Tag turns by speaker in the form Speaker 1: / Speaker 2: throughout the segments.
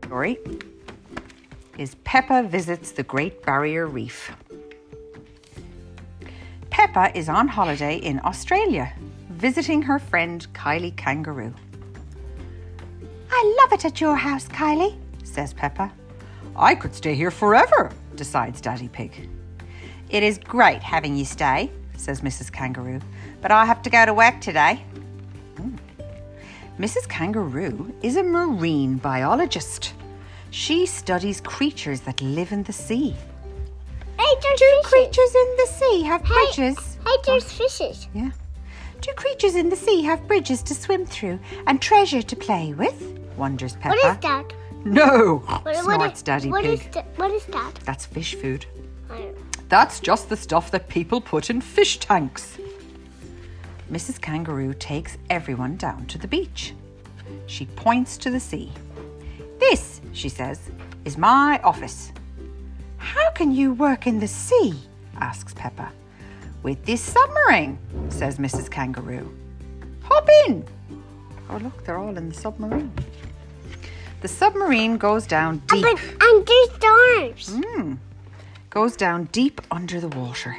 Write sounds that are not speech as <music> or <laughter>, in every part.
Speaker 1: category is Peppa Visits the Great Barrier Reef. Peppa is on holiday in Australia, visiting her friend Kylie Kangaroo. I love it at your house, Kylie, says Peppa. I could stay here forever, decides Daddy Pig. It is great having you stay, says Mrs. Kangaroo, but I have to go to work today. Mm. Mrs. Kangaroo is a marine biologist. She studies creatures that live in the sea.
Speaker 2: Hey, there's
Speaker 1: Do
Speaker 2: fishes.
Speaker 1: creatures in the sea have
Speaker 2: Hey,
Speaker 1: bridges?
Speaker 2: Hey, there's fishes.
Speaker 1: Yeah. Do creatures in the sea have bridges to swim through and treasure to play with? wonders Peppa.
Speaker 2: What is that?
Speaker 1: No!
Speaker 2: What, what
Speaker 1: snorts
Speaker 2: is-
Speaker 1: Daddy
Speaker 2: what
Speaker 1: Pig.
Speaker 2: is th- what is that?
Speaker 1: That's fish food.
Speaker 2: I don't know.
Speaker 1: That's just the stuff that people put in fish tanks. Mrs. Kangaroo takes everyone down to the beach. She points to the sea. This, she says, is my office. How can you work in the sea? asks Peppa. With this submarine, says Mrs. Kangaroo. Hop in! Oh, look, they're all in the submarine. The submarine goes down deep
Speaker 2: But and there's storms.
Speaker 1: Hmm? goes down deep under the water.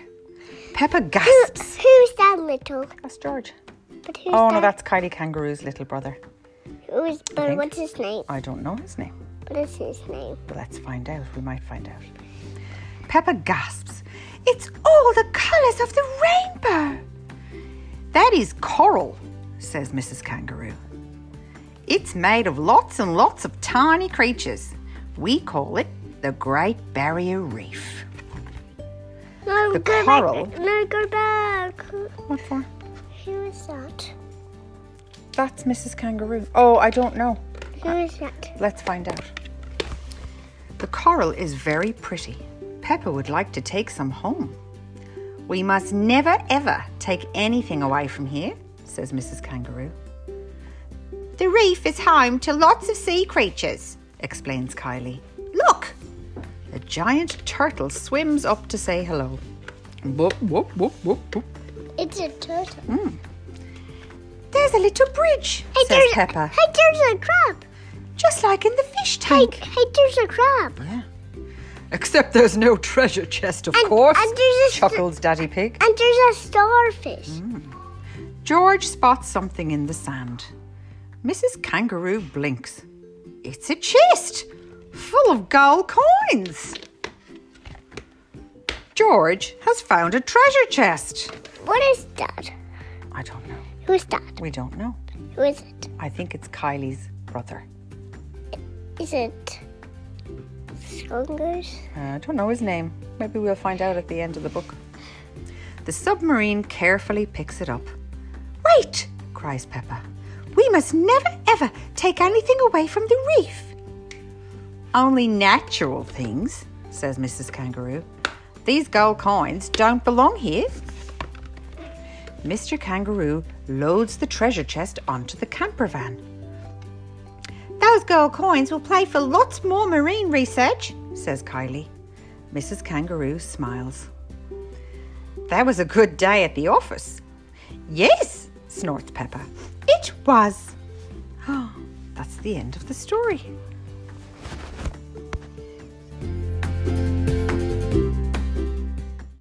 Speaker 1: Peppa gasps.
Speaker 2: <gasps> Who's that little?
Speaker 1: That's George.
Speaker 2: But who's
Speaker 1: Oh
Speaker 2: that?
Speaker 1: no, that's Kylie Kangaroo's little brother.
Speaker 2: Who's, but
Speaker 1: think.
Speaker 2: what's his name?
Speaker 1: I don't know his name,
Speaker 2: What is his name?
Speaker 1: but let's find out. We might find out. Peppa gasps. It's all the colours of the rainbow. That is coral, says Mrs. Kangaroo. It's made of lots and lots of tiny creatures. We call it the Great Barrier Reef.
Speaker 2: No,
Speaker 1: The
Speaker 2: go
Speaker 1: coral.
Speaker 2: back. No, go back.
Speaker 1: What for?
Speaker 2: Who is that?
Speaker 1: That's Mrs. Kangaroo. Oh, I don't know.
Speaker 2: Who is that?
Speaker 1: Let's find out. The coral is very pretty. Peppa would like to take some home. We must never ever take anything away from here, says Mrs. Kangaroo. The reef is home to lots of sea creatures, explains Kylie. Look! A giant turtle swims up to say hello. Whoop, whoop, whoop, whoop, whoop.
Speaker 2: It's a turtle.
Speaker 1: There's a little bridge, says
Speaker 2: there's,
Speaker 1: Peppa,
Speaker 2: hey, there's a crab.
Speaker 1: just like in the fish tank.
Speaker 2: Hey, there's a crab.
Speaker 1: Yeah. Except there's no treasure chest, of
Speaker 2: And-
Speaker 1: course.
Speaker 2: and there's a st-
Speaker 1: chuckles Daddy Pig.
Speaker 2: And there's a starfish.
Speaker 1: Hmm? George spots something in the sand. Mrs. Kangaroo blinks. It's a chest full of gold coins. George has found a treasure chest.
Speaker 2: What is that?
Speaker 1: I don't know.
Speaker 2: Who's that?
Speaker 1: We don't know.
Speaker 2: Who is it?
Speaker 1: I think it's Kylie's brother.
Speaker 2: Is it Skongers?
Speaker 1: Uh, I don't know his name. Maybe we'll find out at the end of the book. The submarine carefully picks it up. Wait, cries Peppa. We must never ever take anything away from the reef. Only natural things, says Mrs. Kangaroo. These gold coins don't belong here. Mr. Kangaroo loads the treasure chest onto the camper van. Those gold coins will play for lots more marine research, says Kylie. Mrs. Kangaroo smiles. That was a good day at the office. Yes, <gasps> snorts Peppa. It was. Oh, that's the end of the story.